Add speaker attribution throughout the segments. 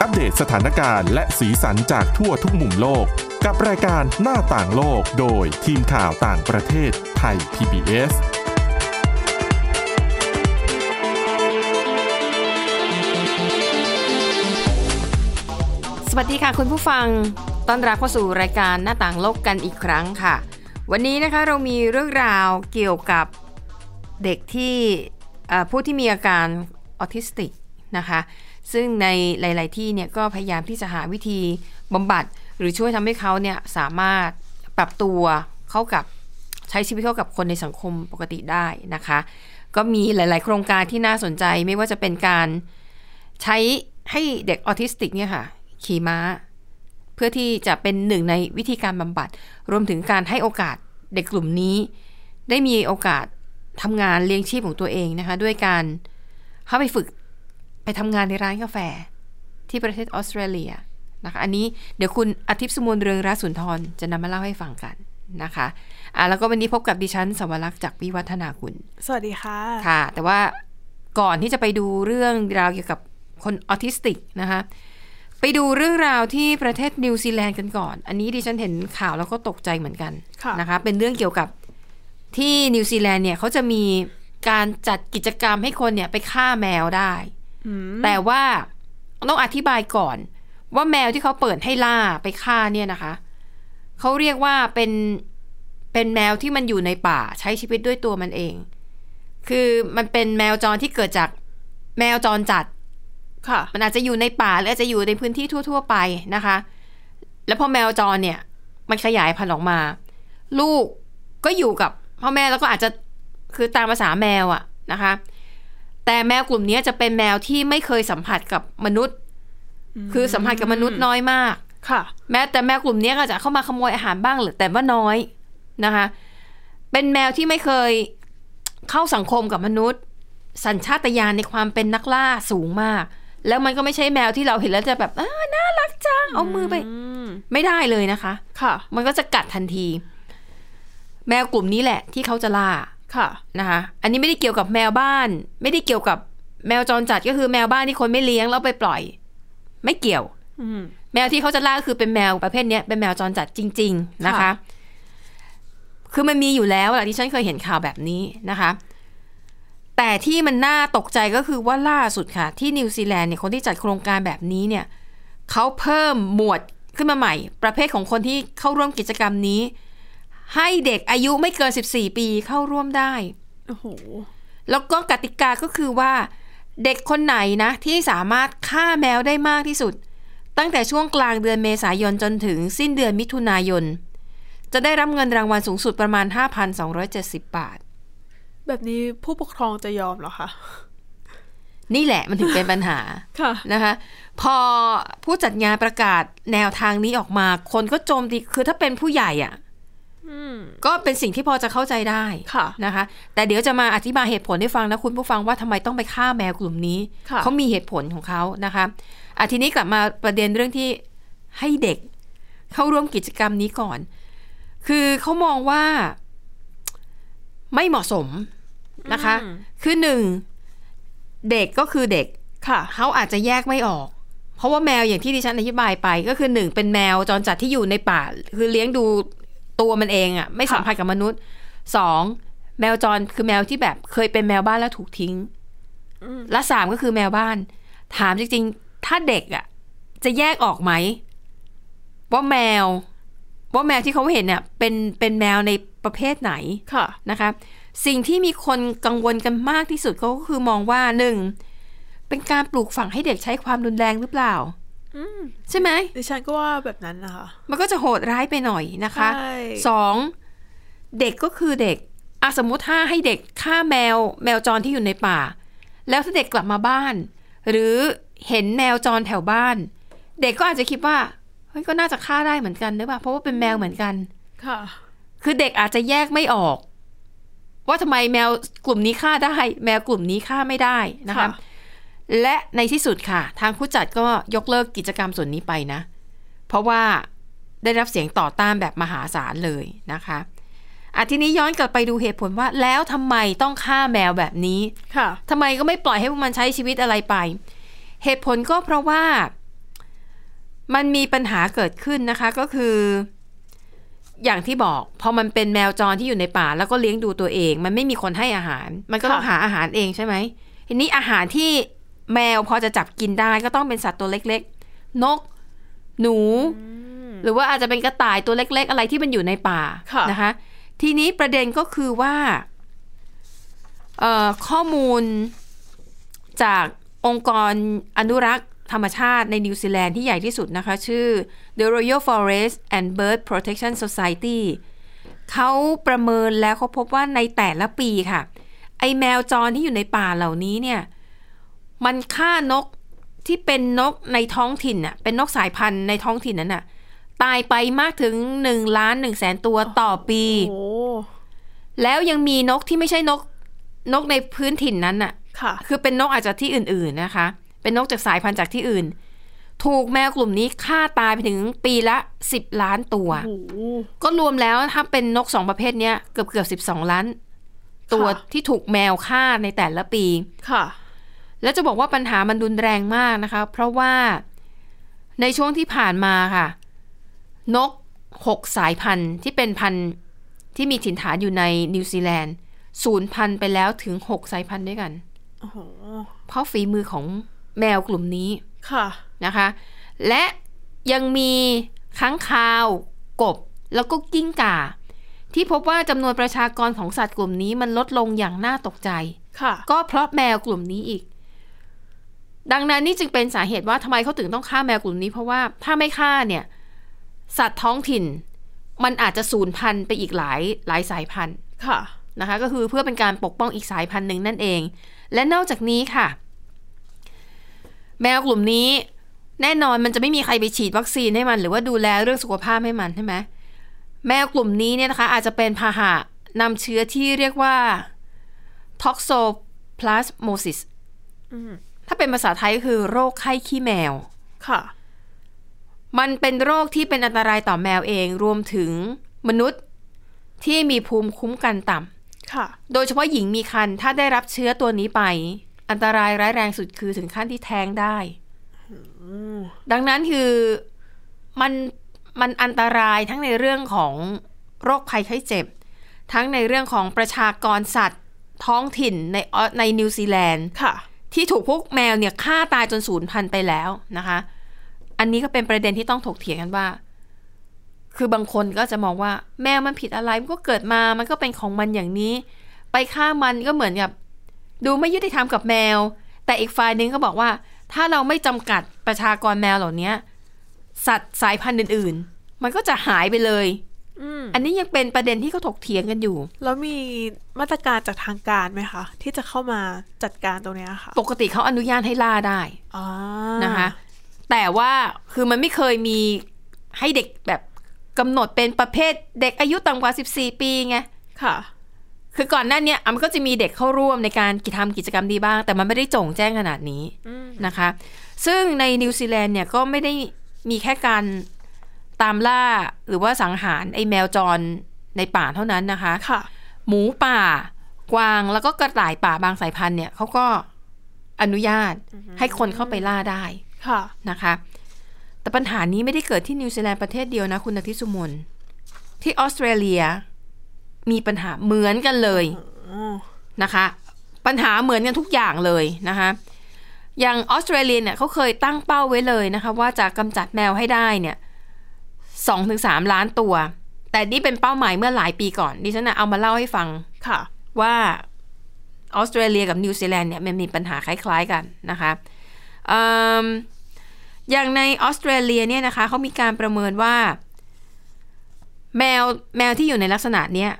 Speaker 1: อัปเดตสถานการณ์และสีสันจากทั่วทุกมุมโลก กับรายการหน้าต่างโลกโดยทีมข่าวต่างประเทศไทย PBS
Speaker 2: สวัสดีค่ะคุณผู้ฟัง ต้อนรับเข้าสู่รายการหน้าต่างโลกกันอีกครั้งค่ะ วันนี้นะคะเรามีเรื่องราวเกี่ยวกับเด็กที่เอ่อผู้ที่มีอาการออทิสติกนะคะ ซึ่งในหลาย ๆ ที่เนี่ยก็พยายามที่จะหาวิธีบำบัด หรือช่วยทำให้เขาเนี่ยสามารถปรับตัวเข้ากับ ใช้ชีวิตเข้ากับคนในสังคมปกติได้นะคะ ก็มีหลาย ๆ โครงการที่น่าสนใจไม่ว่าจะเป็นการ ใช้ให้เด็กออทิสติกเนี่ยค่ะ ขี่ม้า เพื่อที่จะเป็นหนึ่งในวิธีการบำบัด รวมถึงการให้โอกาสเด็กกลุ่มนี้ ได้มีโอกาสทำงานเลี้ยงชีพของตัวเองนะคะ ด้วยการเข้าไปฝึกไปทำงานในร้านกาแฟ ที่ประเทศออสเตรเลียนะคะอันนี้เดี๋ยวคุณอาทิตย์สมนเรืองราชสุนทรจะนำมาเล่าให้ฟังกันนะคะอ่ะแล้วก็วันนี้พบกับดิฉันสวรักษ์จากวิวัฒนาคุณ
Speaker 3: สวัสดีค่ะ
Speaker 2: ค่ะ แต่ว่าก่อนที่จะไปดูเรื่องราวเกี่ยวกับคนออทิสติกนะคะ ไปดูเรื่องราวที่ประเทศนิวซีแลนด์กันก่อน อันนี้ดิฉันเห็นข่าวแล้วก็ตกใจเหมือนกัน
Speaker 3: ค่ะ
Speaker 2: นะคะ เป็นเรื่องเกี่ยวกับที่นิวซีแลนด์เนี่ยเขาจะมีการจัดกิจกรรมให้คนเนี่ยไปฆ่าแมวได้
Speaker 3: อืม
Speaker 2: แต่ว่าต้องอธิบายก่อน ว่าแมวที่เขาเปิดให้ล่าไปฆ่าเนี่ยนะคะ เขาเรียกว่าเป็นเป็นแมวที่มันอยู่ในป่าใช้ชีวิตด้วยตัวมันเอง คือมันเป็นแมวจรที่เกิดจากแมวจรจัด
Speaker 3: ค่ะ
Speaker 2: มันอาจจะอยู่ในป่าหรืออาจจะอยู่ในพื้นที่ทั่ว ๆ ไปนะคะ แล้วพอแมวจรเนี่ย มันขยายพันธุ์ออกมา ลูกก็อยู่กับพ่อแม่แล้วก็อาจจะคือตามภาษาแมวอะนะคะ แต่แมวกลุ่มเนี้ยจะเป็นแมวที่ไม่เคยสัมผัสกับมนุษย์ คือสัมผัสกับมนุษย์น้อยมาก
Speaker 3: ค่ะ
Speaker 2: แม้แต่แมวกลุ่มเนี้ยก็จะเข้ามาขโมยอาหารบ้างหรือแต่ว่าน้อยนะคะ เป็นแมวที่ไม่เคยเข้าสังคมกับมนุษย์ สัญชาตญาณในความเป็นนักล่าสูงมาก แล้วมันก็ไม่ใช่แมวที่เราเห็นแล้วจะแบบอ่าน่ารักจังเอามือไป
Speaker 3: อืม
Speaker 2: ไม่ได้เลยนะคะ
Speaker 3: ค่ะ
Speaker 2: มันก็จะกัดทันที แมวกลุ่มนี้แหละที่เขาจะล่า
Speaker 3: ค่ะ
Speaker 2: นะคะอันนี้ไม่ได้เกี่ยวกับแมวบ้าน ไม่ได้เกี่ยวกับแมวจรจัดก็คือแมวบ้านที่คนไม่เลี้ยงแล้วไปปล่อย ไม่เกี่ยว
Speaker 3: อืม
Speaker 2: แมวที่เขาจะล่าก็คือเป็นแมวประเภทเนี้ยเป็นแมวจรจัดจริง ๆนะคะ
Speaker 3: ค่ะ
Speaker 2: คือมันมีอยู่แล้วแหละที่ฉันเคยเห็นข่าวแบบนี้นะคะ แต่ที่มันน่าตกใจก็คือว่าล่าสุดค่ะ ที่นิวซีแลนด์เนี่ยคนที่จัดโครงการแบบนี้เนี่ยเขาเพิ่มหมวดขึ้นมาใหม่ ประเภทของคนที่เข้าร่วมกิจกรรมนี้ ให้เด็กอายุไม่เกิน 14 ปีเข้าร่วมได้
Speaker 3: โอ้โห
Speaker 2: แล้วก็กติกาก็คือว่า เด็กคนไหนนะที่สามารถฆ่าแมวได้มากที่สุด ตั้งแต่ช่วงกลางเดือนเมษายนจนถึงสิ้นเดือนมิถุนายน จะได้รับเงินรางวัลสูงสุดประมาณ 5,270 บาท
Speaker 3: แบบนี้ผู้ปกครองจะยอมเหรอคะ
Speaker 2: นี่แหละมันถึงเป็นปัญหา
Speaker 3: ค่ะ
Speaker 2: นะคะพอผู้จัดงานประกาศแนวทางนี้ออกมา คนก็โจมตีคือถ้าเป็นผู้ใหญ่อะ
Speaker 3: อืม
Speaker 2: ก็เป็นสิ่งที่พอจะเข้าใจได้
Speaker 3: ค่ะ
Speaker 2: นะคะ แต่เดี๋ยวจะมาอธิบายเหตุผลให้ฟังนะคุณผู้ฟังว่าทำไมต้องไปฆ่าแมวกลุ่มนี้
Speaker 3: ค่ะ
Speaker 2: เขามีเหตุผลของเขานะคะอ่ะทีนี้กลับมาประเด็นเรื่องที่ให้เด็กเข้าร่วมกิจกรรมนี้ก่อน คือเขามองว่าไม่เหมาะสมนะคะ
Speaker 3: อืม
Speaker 2: คือหนึ่งเด็กก็คือเด็ก
Speaker 3: ค่ะ
Speaker 2: เขาอาจจะแยกไม่ออก เพราะว่าแมวอย่างที่ดิฉันอธิบายไปก็คือหนึ่งเป็นแมวจรจัดที่อยู่ในป่า คือเลี้ยงดูตัวมันเองอะ่ะ ไม่สัมผัสกับมนุษย์สองแมวจรคือแมวที่แบบเคยเป็นแมวบ้านแล้วถูกทิ้ง
Speaker 3: อืม
Speaker 2: และสามก็คือแมวบ้าน ถามจริงๆ ถ้าเด็กอะ่ะ จะแยกออกไหม ว่าแมว ว่าแมวที่เขาเห็นเนี่ยเป็นเป็นแมวในประเภทไหน
Speaker 3: ค่ะ
Speaker 2: นะคะสิ่งที่มีคนกังวลกันมากที่สุดก็คือมองว่าหนึ่งเป็นการปลูกฝังให้เด็กใช้ความรุนแรงหรือเปล่า
Speaker 3: อืม
Speaker 2: ใช่ไหม
Speaker 3: ดิฉันก็ว่าแบบนั้นนะคะ
Speaker 2: มันก็จะโหดร้ายไปหน่อยนะคะ
Speaker 3: ใช่
Speaker 2: สองเด็กก็คือเด็กอะสมมติถ้าให้เด็กฆ่าแมวแมวจรที่อยู่ในป่า แล้วถ้าเด็กกลับมาบ้าน หรือเห็นแมวจรแถวบ้าน เด็กก็อาจจะคิดว่าเฮ้ยก็น่าจะฆ่าได้เหมือนกันหรือเปล่าเพราะว่าเป็นแมวเหมือนกัน
Speaker 3: ค่ะ
Speaker 2: คือเด็กอาจจะแยกไม่ออก ว่าทำไมแมวกลุ่มนี้ฆ่าได้ แมวกลุ่มนี้ฆ่าไม่ได้นะคะ
Speaker 3: ค่ะ
Speaker 2: และในที่สุดค่ะ ทางผู้จัดก็ยกเลิกกิจกรรมส่วนนี้ไปนะ เพราะว่าได้รับเสียงต่อต้านแบบมหาศาลเลยนะคะอาทีนี้ย้อนกลับไปดูเหตุผลว่า แล้วทำไมต้องฆ่าแมวแบบนี้
Speaker 3: ค่ะ
Speaker 2: ทำไมก็ไม่ปล่อยให้พวกมันใช้ชีวิตอะไรไป เหตุผลก็เพราะว่า มันมีปัญหาเกิดขึ้นนะคะก็คือ อย่างที่บอก พอมันเป็นแมวจรที่อยู่ในป่า แล้วก็เลี้ยงดูตัวเอง มันไม่มีคนให้อาหาร มันก็ต้อง
Speaker 3: ค่ะ
Speaker 2: หาอาหารเองใช่ไหมทีนี้อาหารที่แมวพอจะจับกินได้ก็ต้องเป็นสัตว์ตัวเล็กๆ นก หนู หรือว่าอาจจะเป็นกระต่ายตัวเล็ก ๆ อะไรที่มันอยู่ในป่า
Speaker 3: ค่ะ
Speaker 2: นะคะ ทีนี้ประเด็นก็คือว่าเอ่อข้อมูลจากองค์กรอนุรักษ์ธรรมชาติในนิวซีแลนด์ที่ใหญ่ที่สุดนะคะ ชื่อ The Royal Forest and Bird Protection Society เขาประเมินแล้วเขาพบว่าในแต่ละปีค่ะ ไอแมวจรที่อยู่ในป่าเหล่านี้เนี่ย มันฆ่านกที่เป็นนกในท้องถิ่นน่ะเป็นนกสายพันธุ์ในท้องถิ่นนั้นน่ะ ตายไปมากถึง1ล้าน1แสนตัวต่อปี
Speaker 3: โอ้
Speaker 2: แล้วยังมีนกที่ไม่ใช่นกนกในพื้นถิ่นนั้นน่ะ
Speaker 3: ค่ะ
Speaker 2: คือเป็นนกอาจจะที่อื่น ๆนะคะ เป็นนกจากสายพันธุ์จากที่อื่น ถูกแมวกลุ่มนี้ฆ่าตายไปถึงปีละ 10 ล้านตัว
Speaker 3: โอ้โห
Speaker 2: ก็รวมแล้วถ้าเป็นนกสองประเภทเนี้ยเกือบเกือบสิบสองล้าน ตัว
Speaker 3: ค่ะ
Speaker 2: ที่ถูกแมวฆ่าในแต่ละปี
Speaker 3: ค่ะ
Speaker 2: แล้วจะบอกว่าปัญหามันรุนแรงมากนะคะ เพราะว่าในช่วงที่ผ่านมาค่ะ นกหกสายพันธุ์ที่เป็นพันธุ์ที่มีถิ่นฐานอยู่ในนิวซีแลนด์สูญพันธุ์ไปแล้วถึงหกสายพันธุ์ด้วยกัน
Speaker 3: โอ้โห
Speaker 2: เพราะฝีมือของแมวกลุ่มนี้
Speaker 3: ค่ะ
Speaker 2: นะคะ และยังมีค้างคาว กบ แล้วก็กิ้งก่า ที่พบว่าจำนวนประชากรของสัตว์กลุ่มนี้มันลดลงอย่างน่าตกใจ
Speaker 3: ค่ะ
Speaker 2: ก็เพราะแมวกลุ่มนี้อีก ดังนั้นนี่จึงเป็นสาเหตุว่าทำไมเขาถึงต้องฆ่าแมวกลุ่มนี้ เพราะว่าถ้าไม่ฆ่าเนี่ย สัตว์ท้องถิ่น มันอาจจะสูญพันธุ์ไปอีกหลายหลายสายพันธุ์
Speaker 3: ค่ะ
Speaker 2: นะคะ ก็คือเพื่อเป็นการปกป้องอีกสายพันธุ์หนึ่งนั่นเอง และนอกจากนี้ค่ะ แมวกลุ่มนี้ แน่นอนมันจะไม่มีใครไปฉีดวัคซีนให้มัน หรือว่าดูแลเรื่องสุขภาพให้มันใช่ไหมแมวกลุ่มนี้เนี่ยนะคะ อาจจะเป็นพาหะนำเชื้อที่เรียกว่า toxoplasmosis
Speaker 3: อืม
Speaker 2: ถ้าเป็นภาษาไทยก็คือโรคไข้ขี้แมว
Speaker 3: ค่ะ
Speaker 2: มันเป็นโรคที่เป็นอันตรายต่อแมวเองรวมถึงมนุษย์ที่มีภูมิคุ้มกันต่
Speaker 3: ค่ะ
Speaker 2: ำ โดยเฉพาะหญิงมีครรภ์ถ้าได้รับเชื้อตัวนี้ไป อันตรายร้ายแรงสุดคือถึงขั้นที่แท้งได้ ดังนั้นคือมันมันอันตรายทั้งในเรื่องของโรคภัยไข้เจ็บ ทั้งในเรื่องของประชากรสัตว์ท้องถิ่นในออในนิวซีแลนด์
Speaker 3: ค่ะ
Speaker 2: ที่ถูกพวกแมวเนี่ยฆ่าตายจนสูญพันธุ์ไปแล้วนะคะ อันนี้ก็เป็นประเด็นที่ต้องถกเถียงกันว่า คือบางคนก็จะมองว่า แมวมันผิดอะไรมันก็เกิดมา มันก็เป็นของมันอย่างนี้ ไปฆ่ามันก็เหมือนกับ ดูไม่ยุติธรรมกับแมว แต่อีกฝ่ายหนึงก็บอกว่า ถ้าเราไม่จำกัดประชากรแมวเหล่านี้สัตว์สายพันธุ์อื่นๆ มันก็จะหายไปเลย
Speaker 3: อืม
Speaker 2: อันนี้ยังเป็นประเด็นที่เขาถกเถียงกันอยู่
Speaker 3: แล้วมีมาตรการจากทางการไหมคะ ที่จะเข้ามาจัดการตรงเนี้ยค่ะ
Speaker 2: ปกติเขาอนุญาตให้ล่าได้
Speaker 3: อ่า
Speaker 2: นะคะแต่ว่าคือมันไม่เคยมีให้เด็กแบบกำหนดเป็นประเภทเด็กอายุต่ำกว่า 14 ปีไง
Speaker 3: ค่ะ
Speaker 2: คือก่อนหน้าเนี้ยอ่ะมันก็จะมีเด็กเข้าร่วมในการกิจทำกิจกรรมดีบ้าง แต่มันไม่ได้โจงแจ้งขนาดนี้
Speaker 3: อืม
Speaker 2: นะคะ ซึ่งในนิวซีแลนด์เนี่ยก็ไม่ได้มีแค่การตามล่าหรือว่าสังหารไอ้แมวจรในป่าเท่านั้นนะคะ
Speaker 3: ค่ะ
Speaker 2: หมูป่า กวางแล้วก็กระต่ายป่าบางสายพันธุ์เนี่ยเขาก็อนุญาตให้คนเข้าไปล่าได้
Speaker 3: ค่ะ
Speaker 2: นะคะ แต่ปัญหานี้ไม่ได้เกิดที่นิวซีแลนด์ประเทศเดียวนะคุณอาทิตย์สุมนที่ออสเตรเลียมีปัญหาเหมือนกันเลยนะคะ ปัญหาเหมือนกันทุกอย่างเลยนะคะ อย่างออสเตรเลียเนี่ยเขาเคยตั้งเป้าไว้เลยนะคะ ว่าจะกำจัดแมวให้ได้เนี่ยสองถึงสามล้านตัว แต่นี่เป็นเป้าหมายเมื่อหลายปีก่อน ดิฉันนะเอามาเล่าให้ฟัง
Speaker 3: ค่ะ
Speaker 2: ว่าออสเตรเลียกับนิวซีแลนด์เนี่ยมันมีปัญหาคล้ายๆกันนะคะเอิ่มอย่างในออสเตรเลียเนี่ยนะคะเขามีการประเมินว่า แมวแมวที่อยู่ในลักษณะเนี้ย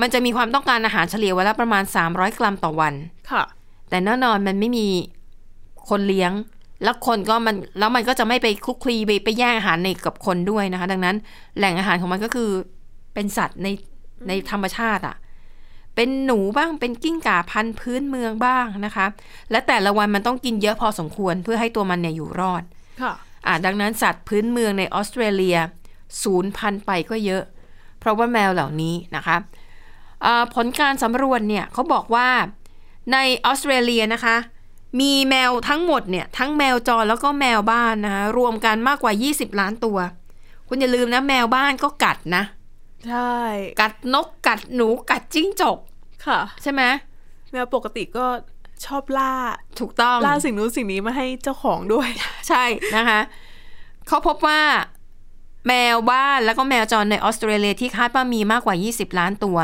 Speaker 2: มันจะมีความต้องการอาหารเฉลี่ยวันละประมาณ 300 กรัมต่อวัน
Speaker 3: ค่ะ
Speaker 2: แต่แน่นอนมันไม่มีคนเลี้ยง แล้วคนก็มันแล้วมันก็จะไม่ไปคลุกคลีไปไปแย่งอาหารในกับคนด้วยนะคะ ดังนั้นแหล่งอาหารของมันก็คือเป็นสัตว์ในในธรรมชาติอะ่ะ เป็นหนูบ้างเป็นกิ้งก่าพันธุ์พื้นเมืองบ้างนะคะ และแต่ละวันมันต้องกินเยอะพอสมควรเพื่อให้ตัวมันเนี่ยอยู่รอด
Speaker 3: ค่ะ
Speaker 2: อ่ะดังนั้นสัตว์พื้นเมืองในออสเตรเลียศูนย์พันธุ์ไปก็เยอะ เพราะว่าแมวเหล่านี้นะคะเอ่อผลการสำรวจเนี่ยเขาบอกว่าในออสเตรเลียนะคะ มีแมวทั้งหมดเนี่ยทั้งแมวจรแล้วก็แมวบ้านนะคะรวมกันมากกว่า 20 ล้านตัว คุณอย่าลืมนะแมวบ้านก็กัดนะ
Speaker 3: ใช่
Speaker 2: กัดนกกัดหนูกัดจิ้งจก
Speaker 3: ค่ะ
Speaker 2: ใช่ไหม
Speaker 3: แมวปกติก็ชอบล่า
Speaker 2: ถูกต้อง
Speaker 3: ล่าสิ่งนู้นสิ่งนี้มาให้เจ้าของด้วย
Speaker 2: ใช่นะคะเขาพบว่าแมวบ้านแล้วก็แมวจรในออสเตรเลียที่คาดว่ามีมากกว่า 20 ล้านตัว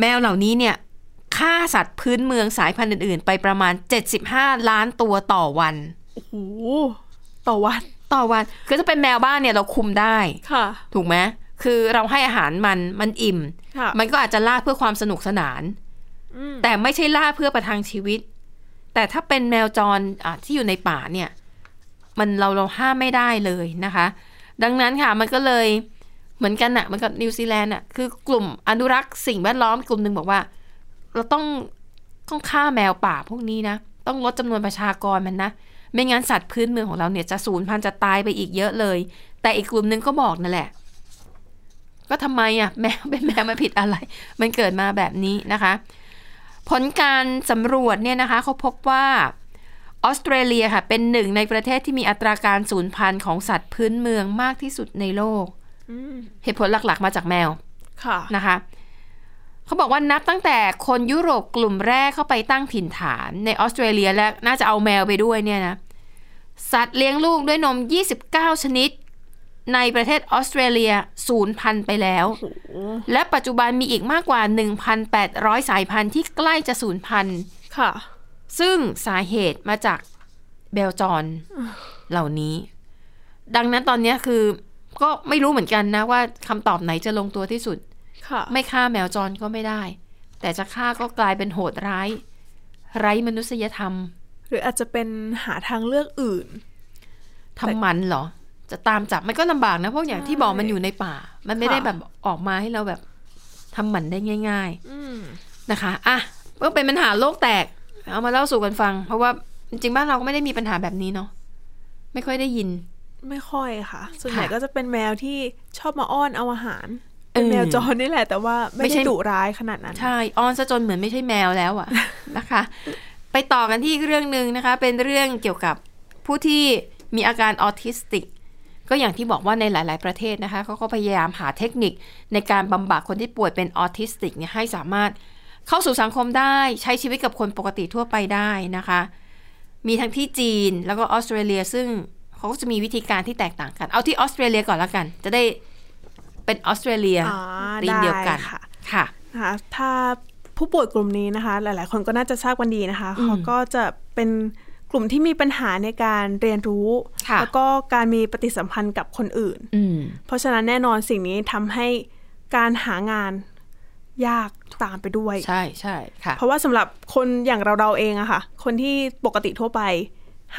Speaker 2: แมวเหล่านี้เนี่ยฆ่าสัตว์พื้นเมืองสายพันธุ์อื่นๆ ไปประมาณ 75 ล้านตัวต่อวัน
Speaker 3: โอ้โห ต่อวัน
Speaker 2: ต่อวันคือถ้าเป็นแมวบ้านเนี่ยเราคุมได้
Speaker 3: ค่ะ
Speaker 2: ถูกไหมคือเราให้อาหารมันมันอิ่ม
Speaker 3: ค่ะ
Speaker 2: มันก็อาจจะล่าเพื่อความสนุกสนาน
Speaker 3: อืม
Speaker 2: แต่ไม่ใช่ล่าเพื่อประทังชีวิต แต่ถ้าเป็นแมวจรอ่ะที่อยู่ในป่าเนี่ย มันเราเราห้ามไม่ได้เลยนะคะ ดังนั้นค่ะมันก็เลยเหมือนกันอะเหมือนกับนิวซีแลนด์อะคือกลุ่มอนุรักษ์สิ่งแวดล้อมกลุ่มหนึ่งบอกว่า เราต้องต้องฆ่าแมวป่าพวกนี้นะ ต้องลดจำนวนประชากรมันนะ ไม่งั้นสัตว์พื้นเมืองของเราเนี่ยจะสูญพันธุ์จะตายไปอีกเยอะเลย แต่อีกกลุ่มหนึ่งก็บอกนั่นแหละ ก็ทำไมอะแมว เป็นแมวมาผิดอะไร มันเกิดมาแบบนี้นะคะ ผลการสำรวจเนี่ยนะคะเขาพบว่าออสเตรเลียค่ะเป็นหนึ่งในประเทศที่มีอัตราการสูญพันธุ์ของสัตว์พื้นเมืองมากที่สุดในโลก
Speaker 3: อืม
Speaker 2: เหตุผลหลักๆ มาจากแมว
Speaker 3: ค่ะ
Speaker 2: นะคะเขาบอกว่านับตั้งแต่คนยุโรปกลุ่มแรกเข้าไปตั้งถิ่นฐาน ในออสเตรเลียและน่าจะเอาแมวไปด้วยเนี่ยนะสัตว์เลี้ยงลูกด้วยนม 29 ชนิด ในประเทศออสเตรเลียสูญพันธุ์ไปแล้ว
Speaker 3: โอ้โห
Speaker 2: และปัจจุบันมีอีกมากกว่า 1,800 สายพันธุ์ที่ใกล้จะสูญพันธุ์
Speaker 3: ค่ะ
Speaker 2: ซึ่งสาเหตุมาจากแบลจอนเหล่านี้ ดังนั้นตอนเนี้ยคือก็ไม่รู้เหมือนกันนะว่าคำตอบไหนจะลงตัวที่สุด
Speaker 3: ค่ะ
Speaker 2: ไม่ฆ่าแมวจรก็ไม่ได้ แต่จะฆ่าก็กลายเป็นโหดร้าย ไร้มนุษยธรรม
Speaker 3: หรืออาจจะเป็นหาทางเลือกอื่น
Speaker 2: ทำมันเหรอ จะตามจับมันก็ลำบากนะเพราะอย่างที่บอกมันอยู่ในป่า มันไม่ได้แบบออกมาให้เราแบบทำมันได้ง่าย ๆ
Speaker 3: อืม
Speaker 2: นะคะ อ่ะก็เป็นปัญหาโลกแตก เอามาเล่าสู่กันฟัง เพราะว่าจริงๆ บ้านเราก็ไม่ได้มีปัญหาแบบนี้เนาะ ไม่ค่อยได้ยิน
Speaker 3: ไม่ค่อยค่ะ ส่วนใหญ่
Speaker 2: ค่ะ
Speaker 3: ก็จะเป็นแมวที่ชอบมาอ้อนเอาอาหาร เป็น
Speaker 2: เออ
Speaker 3: แมวจรนี่แหละ แต่ว่าไม่
Speaker 2: ไม่ใช่
Speaker 3: ได้ดุร้ายขนาดนั้น
Speaker 2: ใช่ ออนซะจนเหมือนไม่ใช่แมวแล้ว อะ นะคะ ไปต่อกันที่อีกเรื่องหนึ่งนะคะ เป็นเรื่องเกี่ยวกับผู้ที่มีอาการออทิสติก ก็อย่างที่บอกว่าในหลาย ๆ ประเทศนะคะเขาก็พยายามหาเทคนิคในการบำบัดคนที่ป่วยเป็นออทิสติกเนี่ยให้สามารถเข้าสู่สังคมได้ใช้ชีวิตกับคนปกติทั่วไปได้นะคะ มีทั้งที่จีนแล้วก็ออสเตรเลีย ซึ่งเขาก็จะมีวิธีการที่แตกต่างกัน เอาที่ออสเตรเลียก่อนละกัน จะได้เป็นออสเตรเลีย
Speaker 3: อ่า
Speaker 2: ตีมเดียวกัน
Speaker 3: ได้ค่ะ
Speaker 2: ค่ะ
Speaker 3: นะคะถ้าผู้ป่วยกลุ่มนี้นะคะ หลาย ๆ คนก็น่าจะทราบกันดีนะคะ
Speaker 2: อืม
Speaker 3: เขาก็จะเป็นกลุ่มที่มีปัญหาในการเรียนรู้
Speaker 2: ค่ะ
Speaker 3: แล้วก็การมีปฏิสัมพันธ์กับคนอื่น
Speaker 2: อืม
Speaker 3: เพราะฉะนั้นแน่นอนสิ่งนี้ทำให้การหางานยากตามไปด้วย
Speaker 2: ใช่ใช่ค่ะ
Speaker 3: เพราะว่าสำหรับคนอย่างเราเราๆเองอะค่ะ คนที่ปกติทั่วไป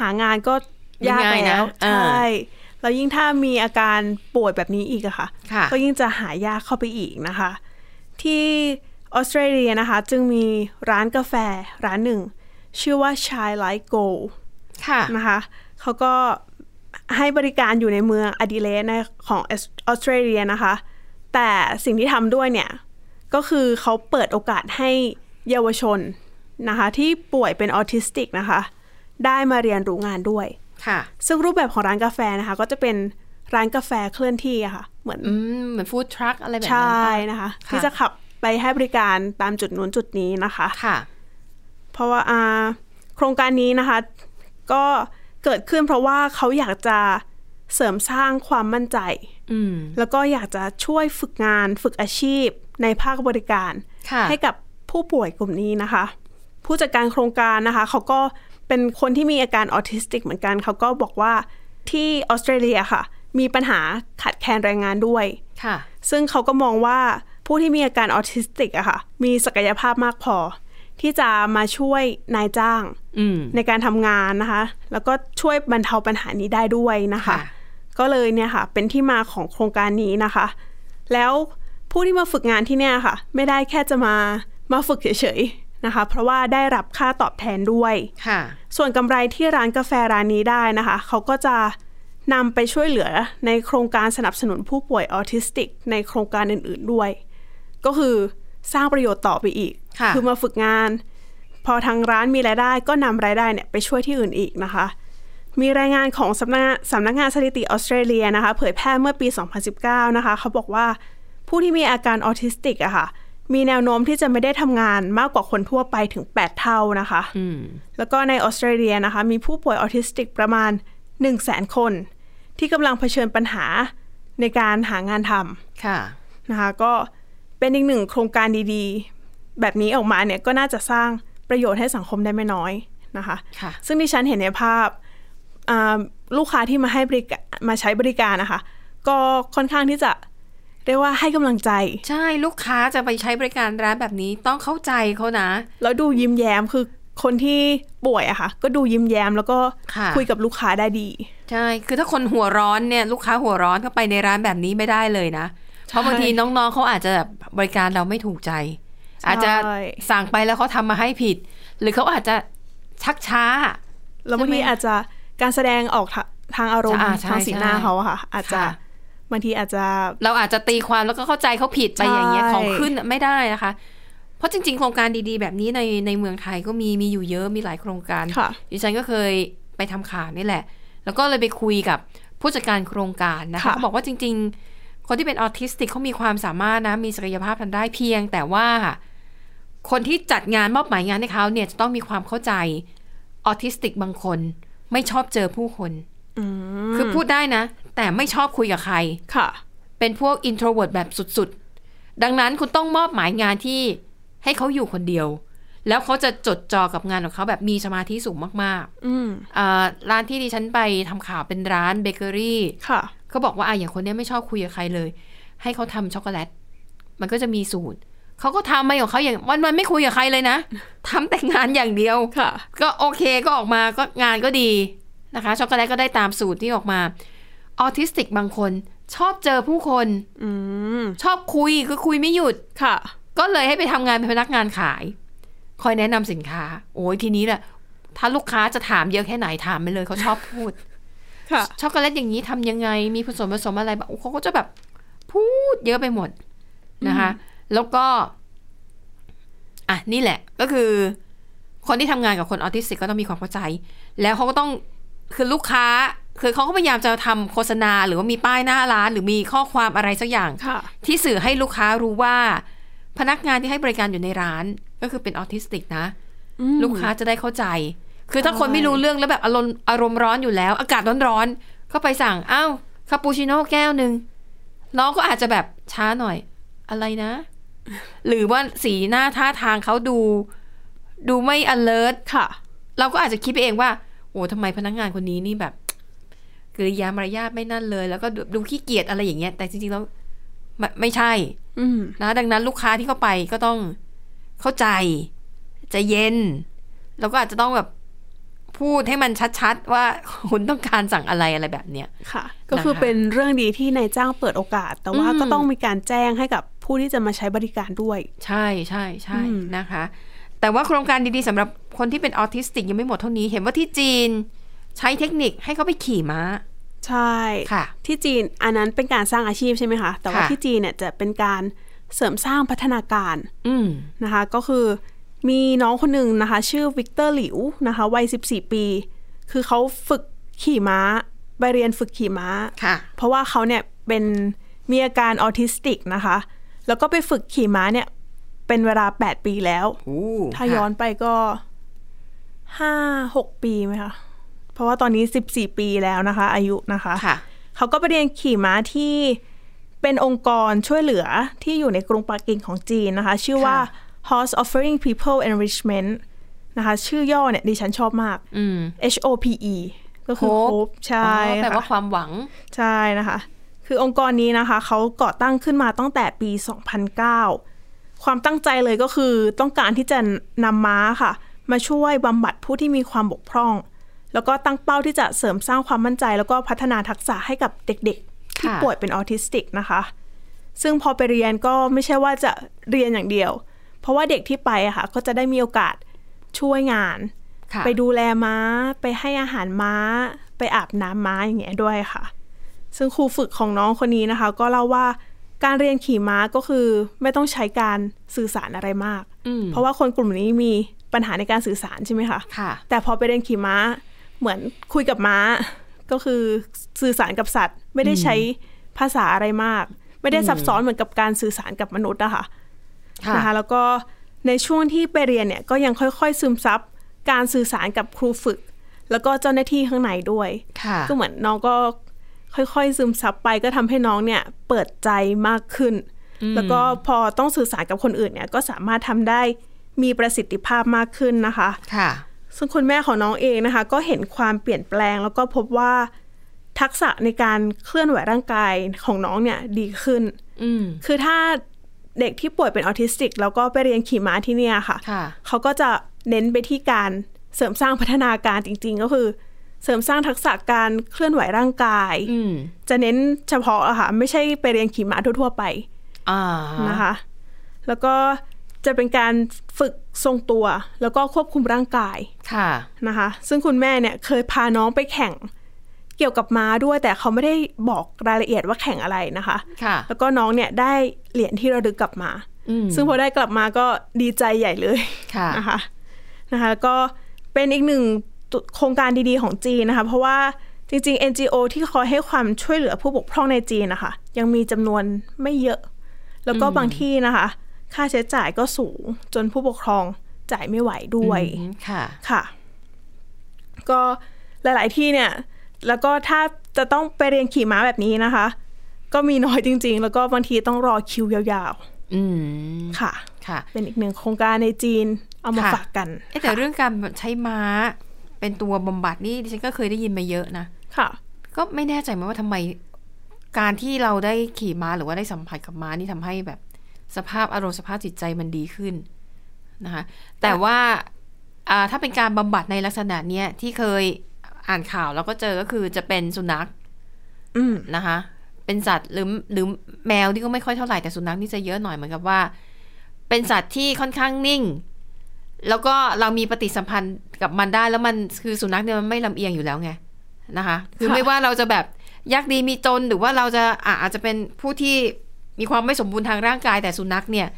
Speaker 3: หางานก็ยาก
Speaker 2: ไม่ง่ายนะ
Speaker 3: แล้ว
Speaker 2: อ่า
Speaker 3: ใช่แล้วยิ่งถ้ามีอาการป่วยแบบนี้อีกอะค่ะ
Speaker 2: ค่ะ
Speaker 3: ก็ยิ่งจะหายากเข้าไปอีกนะคะ ที่ออสเตรเลียนะคะ จึงมีร้านกาแฟร้านหนึ่ง ชื่อว่า Chai Light Go
Speaker 2: ค่ะ
Speaker 3: นะคะเขาก็ให้บริการอยู่ในเมืองอดิเลดในของออสเตรเลียนะคะ แต่สิ่งที่ทำด้วยเนี่ย ก็คือเขาเปิดโอกาสให้เยาวชนนะคะที่ป่วยเป็นออทิสติกนะคะ ได้มาเรียนรู้งานด้วย
Speaker 2: ค่ะ
Speaker 3: ซึ่งรูปแบบของร้านกาแฟนะคะ ก็จะเป็นร้านกาแฟเคลื่อนที่อะค่ะ เหมือน
Speaker 2: อืม เหมือนฟู้ดทรัคอะไรแบบ
Speaker 3: ใช
Speaker 2: นั้น่ ปะ
Speaker 3: นะคะ
Speaker 2: ค่ะ
Speaker 3: ที่จะขับไปให้บริการตามจุดนู้นจุดนี้นะคะ
Speaker 2: ค่ะ
Speaker 3: เพราะว่าอ่าโครงการนี้นะคะ ก็เกิดขึ้นเพราะว่าเขาอยากจะเสริมสร้างความมั่นใจ
Speaker 2: อืม
Speaker 3: แล้วก็อยากจะช่วยฝึกงานฝึกอาชีพในภาคบริการ
Speaker 2: ค่ะ
Speaker 3: ให้กับผู้ป่วยกลุ่มนี้นะคะ ผู้จัดการโครงการนะคะ เขาก็เป็นคนที่มีอาการออทิสติกเหมือนกัน เขาก็บอกว่าที่ออสเตรเลียค่ะ มีปัญหาขาดแคลนแรงงานด้วย
Speaker 2: ค่ะ
Speaker 3: ซึ่งเขาก็มองว่าผู้ที่มีอาการออทิสติกอะค่ะ มีศักยภาพมากพอ ที่จะมาช่วยนายจ้าง
Speaker 2: อืม
Speaker 3: ในการทำงานนะคะ แล้วก็ช่วยบรรเทาปัญหานี้ได้ด้วยนะคะ
Speaker 2: ค่ะ
Speaker 3: ก็เลยเนี่ยค่ะ เป็นที่มาของโครงการนี้นะคะ แล้วผู้ที่มาฝึกงานที่เนี่ยค่ะ ไม่ได้แค่จะมามาฝึกเฉยๆนะคะ เพราะว่าได้รับค่าตอบแทนด้วย
Speaker 2: ค่ะ
Speaker 3: ส่วนกำไรที่ร้านกาแฟร้านนี้ได้นะคะ เขาก็จะนำไปช่วยเหลือในโครงการสนับสนุนผู้ป่วยออทิสติก ในโครงการอื่น ๆด้วย ก็คือสร้างประโยชน์ต่อไปอีก
Speaker 2: ค่ะ
Speaker 3: อมาฝึกงาน พอทางร้านมีรายได้ก็นำรายได้เนี่ยไปช่วยที่อื่นอีกนะคะ มีรายงานของสำนักงานสำนักงานสถิติออสเตรเลียนะคะ เผยแพร่เมื่อปี 2019 นะคะ เขาบอกว่าผู้ที่มีอาการออทิสติกอะค่ะ มีแนวโน้มที่จะไม่ได้ทำงานมากกว่าคนทั่วไปถึง 8 เท่านะคะ
Speaker 2: อืม
Speaker 3: แล้วก็ในออสเตรเลียนะคะ มีผู้ป่วยออทิสติกประมาณ 1 0 0 0 0แสนคน ที่กำลังเผชิญปัญหาในการหางานทำ
Speaker 2: ค่ะ
Speaker 3: นะคะก็เป็นอีกหนึ่งโครงการดีๆ แบบนี้ออกมาเนี่ยก็น่าจะสร้างประโยชน์ให้สังคมได้ไม่น้อยนะคะ
Speaker 2: ค่ะ
Speaker 3: ซึ่งที่ฉันเห็นในภาพอ่าลูกค้าที่มาให้บริการมาใช้บริการนะคะ ก็ค่อนข้างที่จะเรียกว่าให้กำลังใจ
Speaker 2: ใช่ลูกค้าจะไปใช้บริการร้านแบบนี้ต้องเข้าใจเขานะ
Speaker 3: แล้วดูยิ้มแย้มคือคนที่ป่วยอะค่ะ ก็ดูยิ้มแย้มแล้วก็
Speaker 2: ค่ะ
Speaker 3: คุยกับลูกค้าได้ดี
Speaker 2: ใช่ คือถ้าคนหัวร้อนเนี่ย ลูกค้าหัวร้อนเข้าไปในร้านแบบนี้ไม่ได้เลยนะ เพราะบางทีน้องๆเขาอาจจะแบบบริการเราไม่ถูกใจ อาจจะสั่งไปแล้วเขาทำมาให้ผิด หรือเขาอาจจะชักช้า
Speaker 3: แล้วบางที
Speaker 2: ใช่ไหม
Speaker 3: อาจจะการแสดงออกทะทางอารมณ์
Speaker 2: อ่าใช่
Speaker 3: ทางสีหน้า
Speaker 2: ใช่
Speaker 3: เขาอะค่ะ อาจจะ
Speaker 2: ค่ะ
Speaker 3: บางทีอาจจะ
Speaker 2: เราอาจจะตีความแล้วก็เข้าใจเขาผิดไป
Speaker 3: ใช่
Speaker 2: อย่างเงี้ยของขึ้นน่ะไม่ได้นะคะ เพราะจริง ๆ โครงการดีๆ แบบนี้ในในเมืองไทยก็มีมีอยู่เยอะมีหลายโครงการ
Speaker 3: ค่ะ
Speaker 2: ดิฉันก็เคยไปทำข่าวนี่แหละ แล้วก็เลยไปคุยกับผู้จัดการโครงการนะคะ
Speaker 3: ค่ะ
Speaker 2: เขาบอกว่าจริง ๆ คนที่เป็นออทิสติกเขามีความสามารถนะ มีศักยภาพทางได้านเพียง แต่ว่าคนที่จัดงานมอบหมายงานให้เขาเนี่ยจะต้องมีความเข้าใจออทิสติกบางคน ไม่ชอบเจอผู้คน
Speaker 3: อืม
Speaker 2: คือพูดได้นะ แต่ไม่ชอบคุยกับใคร
Speaker 3: ค่ะ
Speaker 2: เป็นพวกอินโทรเวิร์ตแบบสุดๆ ดังนั้นคุณต้องมอบหมายงานที่ให้เขาอยู่คนเดียว แล้วเขาจะจดจ่อกับงานของเขาแบบมีสมาธิสูงมาก
Speaker 3: อืม
Speaker 2: ๆอ่าร้านที่ดิฉันไปทำข่าวเป็นร้านเบเกอรี่
Speaker 3: ค่ะ
Speaker 2: เขาบอกว่าอ่ะอย่างคนเนี้ยไม่ชอบคุยกับใครเลย ให้เขาทำช็อกโกแลต มันก็จะมีสูตร เขาก็ทำไปของเขาอย่างวันๆไม่คุยกับใครเลยนะ ทำแต่งานอย่างเดียว
Speaker 3: ค่ะ
Speaker 2: ก็โอเคก็ออกมาก็งานก็ดีนะคะ ช็อกโกแลตก็ได้ตามสูตรที่ออกมาออทิสติกบางคนชอบเจอผู้คน
Speaker 3: อืม
Speaker 2: ชอบคุยคือคุยไม่หยุด
Speaker 3: ค่ะ
Speaker 2: ก็เลยให้ไปทำงานเป็นพนักงานขาย คอยแนะนำสินค้า โอ้ยทีนี้แหละถ้าลูกค้าจะถามเยอะแค่ไหนถามไปเลยเขาชอบพูด
Speaker 3: ค่ะ
Speaker 2: ช็อกโกแลตอย่างนี้ทำยังไง มีผสมผสมอะไรบ้างโอ้เขาก็จะแบบพูดเยอะไปหมดนะคะ แล้วก็ อ่ะนี่แหละ ก็คือ คนที่ทำงานกับคนออทิสติกก็ต้องมีความเข้าใจ แล้วเขาก็ต้องคือลูกค้า คือเขาก็พยายามจะทำโฆษณา หรือว่ามีป้ายหน้าร้าน หรือมีข้อความอะไรสักอย่าง
Speaker 3: ค่ะ
Speaker 2: ที่สื่อให้ลูกค้ารู้ว่า พนักงานที่ให้บริการอยู่ในร้าน ก็คือเป็นออทิสติกนะ
Speaker 3: อืม
Speaker 2: ลูกค้าจะได้เข้าใจ คือถ้า
Speaker 3: ใช่
Speaker 2: คนไม่รู้เรื่องแล้วแบบอารมณ์อารมณ์ร้อนอยู่แล้ว อากาศร้อนๆเข้าไปสั่งอ้าวคาปูชิโน่แก้วหนึ่งน้องก็อาจจะแบบช้าหน่อย อะไรนะ หรือว่าสีหน้าท่าทางเขาดู ดูไม่ alert
Speaker 3: ค่ะ
Speaker 2: เราก็อาจจะคิดไปเองว่า โอ้ทำไมพนักงานคนนี้นี่แบบกริยามารยาทไม่นั่นเลย แล้วก็ดูดูขี้เกียจอะไรอย่างเงี้ยแต่จริงๆแล้วไม่ไม่ใช่
Speaker 3: อืม
Speaker 2: นะดังนั้นลูกค้าที่เข้าไปก็ต้องเข้าใจใจเย็น แล้วก็อาจจะต้องแบบพูดให้มันชัดๆ ว่า คุณต้องการสั่งอะไรอะไรแบบเนี้ย
Speaker 3: ค่ะ ก็คือ
Speaker 2: นะคะ
Speaker 3: เป็นเรื่องดีที่นายจ้างเปิดโอกาส แต่ว่า
Speaker 2: อืม
Speaker 3: ก็ต้องมีการแจ้งให้กับผู้ที่จะมาใช้บริการด้วย
Speaker 2: ใช่ใช่ใช่
Speaker 3: อืม
Speaker 2: นะคะ แต่ว่าโครงการดีๆสำหรับคนที่เป็นออทิสติกยังไม่หมดเท่านี้ เห็นว่าที่จีนใช้เทคนิคให้เขาไปขี่ม้า
Speaker 3: ใช่
Speaker 2: ค่ะ
Speaker 3: ที่จีนอันนั้นเป็นการสร้างอาชีพใช่ไหมคะ แต่ว่า
Speaker 2: ค่ะ
Speaker 3: ที่จีนเนี่ยจะเป็นการเสริมสร้างพัฒนาการ
Speaker 2: อืม
Speaker 3: นะคะก็คือมีน้องคนหนึ่งนะคะ ชื่อวิกเตอร์หลิวนะคะวัย 14 ปี คือเขาฝึกขี่ม้าไปเรียนฝึกขี่ม้า
Speaker 2: ค่ะ
Speaker 3: เพราะว่าเขาเนี่ยเป็นมีอาการออทิสติกนะคะ แล้วก็ไปฝึกขี่ม้าเนี่ยเป็นเวลา 8 ปีแล้ว
Speaker 2: โอ้
Speaker 3: ถ้าย้อนไปก็ 5 6 ปีไหมคะ เพราะว่าตอนนี้ 14 ปีแล้วนะคะ อายุนะคะ
Speaker 2: ค่ะ
Speaker 3: เขาก็ไปเรียนขี่ม้าที่เป็นองค์กรช่วยเหลือที่อยู่ในกรุงปักกิ่งของจีนนะคะ ชื่อว่า
Speaker 2: ค่ะ
Speaker 3: Horse Offering People Enrichment นะคะ ชื่อย่อเนี่ยดิฉันชอบมาก
Speaker 2: อืม
Speaker 3: HOPE ก็คือ
Speaker 2: Hope
Speaker 3: Hope ใช่
Speaker 2: อ๋อแปลว่า
Speaker 3: ค่ะ
Speaker 2: ความหวัง
Speaker 3: ใช่นะคะ คือองค์กรนี้นะคะ เขาก่อตั้งขึ้นมาตั้งแต่ปี 2009 ความตั้งใจเลยก็คือต้องการที่จะนำม้าค่ะ มาช่วยบำบัดผู้ที่มีความบกพร่อง แล้วก็ตั้งเป้าที่จะเสริมสร้างความมั่นใจ แล้วก็พัฒนาทักษะให้กับเด็กๆ ที่
Speaker 2: ค่ะ
Speaker 3: ป่วยเป็นออทิสติกนะคะ ซึ่งพอไปเรียนก็ไม่ใช่ว่าจะเรียนอย่างเดียว เพราะว่าเด็กที่ไปอะค่ะก็จะได้มีโอกาสช่วยงาน
Speaker 2: ค่ะ
Speaker 3: ไปดูแลม้า ไปให้อาหารม้า ไปอาบน้ำม้าอย่างเงี้ยด้วยค่ะ ซึ่งครูฝึกของน้องคนนี้นะคะ ก็เล่าว่าการเรียนขี่ม้าก็คือไม่ต้องใช้การสื่อสารอะไรมาก
Speaker 2: อืม
Speaker 3: เพราะว่าคนกลุ่มนี้มี ปัญหาในการสื่อสารใช่ไหมคะ
Speaker 2: ค่ะ
Speaker 3: แต่พอไปเรียนขี่ม้าเหมือนคุยกับม้า ก็คือสื่อสารกับสัตว์ ไม่ได้ใช้ภาษาอะไรมาก ไม่ได้ซับซ้อนเหมือนกับการสื่อสารกับมนุษย์นะคะ
Speaker 2: ค่ะ
Speaker 3: นะคะ แล้วก็ในช่วงที่ไปเรียนเนี่ยก็ยังค่อยๆซึมซับการสื่อสารกับครูฝึก แล้วก็เจ้าหน้าที่ข้างในด้วย
Speaker 2: ค่ะ
Speaker 3: ก็เหมือนน้องก็ค่อยๆ ซึมซับไปก็ทำให้น้องเนี่ยเปิดใจมากขึ้น แล้วก็พอต้องสื่อสารกับคนอื่นเนี่ยก็สามารถทำได้มีประสิทธิภาพมากขึ้นนะคะ
Speaker 2: ค่ะ
Speaker 3: ซึ่งคุณแม่ของน้องเองนะคะ ก็เห็นความเปลี่ยนแปลง แล้วก็พบว่าทักษะในการเคลื่อนไหวร่างกายของน้องเนี่ยดีขึ้น
Speaker 2: อืม
Speaker 3: คือถ้าเด็กที่ป่วยเป็นออทิสติก แล้วก็ไปเรียนขี่ม้าที่เนี่ยค่ะ
Speaker 2: ค่ะ
Speaker 3: เขาก็จะเน้นไปที่การเสริมสร้างพัฒนาการจริง ๆ ก็คือ เสริมสร้างทักษะการเคลื่อนไหวร่างกาย
Speaker 2: อืม
Speaker 3: จะเน้นเฉพาะอะค่ะไม่ใช่ไปเรียนขี่ม้าทั่วๆไป
Speaker 2: อ่า
Speaker 3: นะคะ แล้วก็จะเป็นการฝึกทรงตัว แล้วก็ควบคุมร่างกาย
Speaker 2: ค่ะ
Speaker 3: นะคะซึ่งคุณแม่เนี่ยเคยพาน้องไปแข่งเกี่ยวกับม้าด้วย แต่เขาไม่ได้บอกรายละเอียดว่าแข่งอะไรนะคะ
Speaker 2: ค่ะ
Speaker 3: แล้วก็น้องเนี่ยได้เหรียญที่ระลึกกลับมา
Speaker 2: อืม
Speaker 3: ซึ่งพอได้กลับมาก็ดีใจใหญ่เลย
Speaker 2: ค่ะ
Speaker 3: นะคะนะคะแล้วก็เป็นอีกหนึ่งตุโครงการดีๆของจีนนะคะ เพราะว่าจริง ๆ NGO ที่คอยให้ความช่วยเหลือผู้บกพร่องในจีนนะคะ ยังมีจำนวนไม่เยอะ แล้วก็บางที่นะคะ ค่าใช้จ่ายก็สูงจนผู้ปกครองจ่ายไม่ไหวด้วย
Speaker 2: อืมค่ะ
Speaker 3: ค่ะ ก็หลาย ๆ ที่เนี่ย แล้วก็ถ้าจะต้องไปเรียนขี่ม้าแบบนี้นะคะ ก็มีน้อยจริง ๆ แล้วก็บางทีต้องรอคิวยาว
Speaker 2: อืม
Speaker 3: ๆ ค่ะ
Speaker 2: ค่ะ
Speaker 3: เป็นอีกหนึ่งโครงการในจีนเอามา
Speaker 2: ค่ะ
Speaker 3: ฝากกัน
Speaker 2: เอ๊ะแต่เรื่องการใช้ม้า เป็นตัวบำบัดนี่ดิฉันก็เคยได้ยินมาเยอะนะ
Speaker 3: ค่ะ
Speaker 2: ก็ไม่แน่ใจเหมือนว่าทำไม การที่เราได้ขี่ม้าหรือว่าได้สัมผัสกับม้านี่ทำให้แบบ สภาพอารมณ์สภาพจิตใจมันดีขึ้นนะคะ แต่ว่าอ่าถ้าเป็นการบำบัดในลักษณะเนี้ยที่เคยอ่านข่าวแล้วก็เจอก็คือจะเป็นสุนัข
Speaker 3: อืม
Speaker 2: นะคะ เป็นสัตว์หรือหรือแมวนี่ก็ไม่ค่อยเท่าไหร่แต่สุนัขนี่จะเยอะหน่อยเหมือนกับว่า เป็นสัตว์ที่ค่อนข้างนิ่ง แล้วก็เรามีปฏิสัมพันธ์กับมันได้แล้วมันคือสุนัขเนี่ยมันไม่ลำเอียงอยู่แล้วไงนะคะ คือไม่ว่าเราจะแบบยากดีมีจนหรือว่าเราจะอ่ะอาจจะเป็นผู้ที่มีความไม่สมบูรณ์ทางร่างกายแต่สุนัขเนี่ย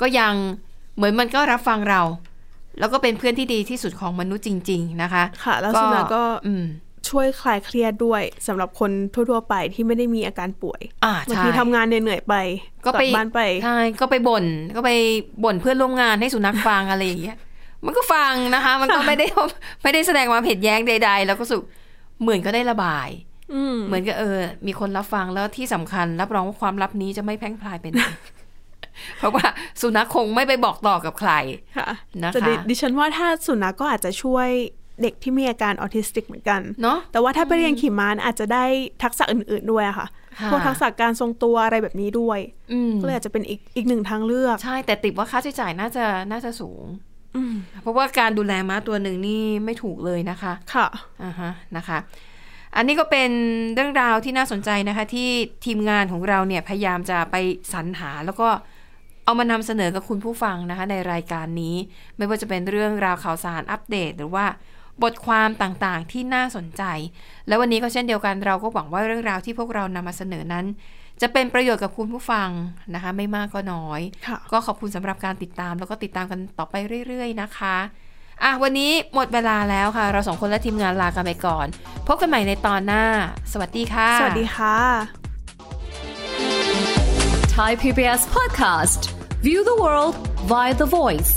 Speaker 2: ก็ยังเหมือนมันก็รับฟังเรา แล้วก็เป็นเพื่อนที่ดีที่สุดของมนุษย์จริง ๆ นะคะ
Speaker 3: ค่ะ แล้วสุนัขก็
Speaker 2: อืม
Speaker 3: ช่วยคลายเครียดด้วยสำหรับคนทั่ว ๆ ไปที่ไม่ได้มีอาการป่วย
Speaker 2: อ่า
Speaker 3: บาง
Speaker 2: ใช่
Speaker 3: ทีทำงานเหนื่อยๆไป
Speaker 2: ก็ไป
Speaker 3: ลับบ้านไป
Speaker 2: ใช่ก็ไปบ่นก็ไปบ่นเพื่อนร่วมงานให้สุนัขฟัง อะไรอย่างเงี้ ยมันก็ฟังนะคะ มันก็ไม่ได้ ไม่ได้แสดงความเห็นแย้งใด ๆ แล้วก็รู้สุเหมือนก็ได้ระบาย
Speaker 3: อืม
Speaker 2: เหมือนกับเออ มีคนรับฟังแล้วที่สำคัญ รับรองว่าความลับนี้จะไม่แพร่งพลายไปไหน เพราะว่าสุนัขคงไม่ไปบอกต่อกับใคร
Speaker 3: ค่ะ
Speaker 2: นะคะ
Speaker 3: แต่ดิดิฉันว่าถ้าสุนัขก็อาจจะช่วยเด็กที่มีอาการออทิสติกเหมือนกัน
Speaker 2: เนาะ
Speaker 3: แต่ว่าถ้าไปเรียนขี่ม้าอาจจะได้ทักษะอื่นๆด้วยอะค่ะ
Speaker 2: ค่ะ
Speaker 3: พวกทักษะการทรงตัวอะไรแบบนี้ด้วย
Speaker 2: อืม
Speaker 3: ก็เลยอาจจะเป็นอีกอีกหนึ่งทางเลือก
Speaker 2: ใช่แต่ติดว่าค่าใช้จ่ายน่าจะน่าจะสูง
Speaker 3: อืม
Speaker 2: เพราะว่าการดูแลม้าตัวหนึ่งนี่ไม่ถูกเลยนะคะ
Speaker 3: ค่ะ
Speaker 2: อ่าฮะนะคะ อันนี้ก็เป็นเรื่องราวที่น่าสนใจนะคะ ที่ทีมงานของเราเนี่ยพยายามจะไปสรรหา แล้วก็เอามานำเสนอกับคุณผู้ฟังนะคะ ในรายการนี้ ไม่ว่าจะเป็นเรื่องราวข่าวสารอัปเดต หรือว่าบทความต่างๆที่น่าสนใจ และวันนี้ก็เช่นเดียวกันเราก็หวังว่าเรื่องราวที่พวกเรานำมาเสนอนั้น จะเป็นประโยชน์กับคุณผู้ฟังนะคะ ไม่มากก็น้อย
Speaker 3: ค่ะ
Speaker 2: ก็ขอบคุณสำหรับการติดตามแล้วก็ติดตามกันต่อไปเรื่อยๆนะคะ อ่ะ วันนี้หมดเวลาแล้วค่ะ เราสองคนและทีมงานลากันไปก่อน พบกันใหม่ในตอนหน้า สวัสดีค่ะ
Speaker 3: สวัสดีค่ะ
Speaker 4: Thai PBS podcast. View the world via the voice.